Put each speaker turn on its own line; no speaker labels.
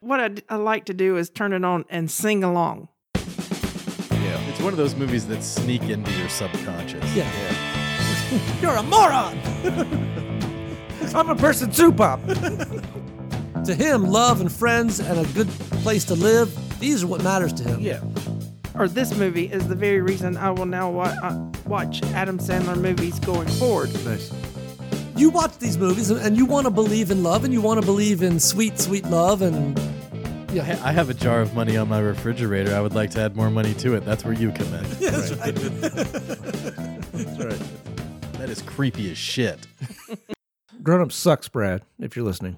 what I, I like to do is turn it on and sing along.
Yeah. It's one of those movies that sneak into your subconscious.
Yeah. You're a moron. I'm a person too, Pop. to him, love and friends and a good place to live, these are what matters to him.
Yeah. Or this movie is the very reason I will now wa- uh, watch Adam Sandler movies going forward.
Nice.
You watch these movies and- and you want to believe in love and you want to believe in sweet, sweet love and
I ha- I have a jar of money on my refrigerator. I would like to add more money to it. That's where you come in.
That's right.
That's right.
That is creepy as shit.
Grown up sucks, Brad, if you're listening.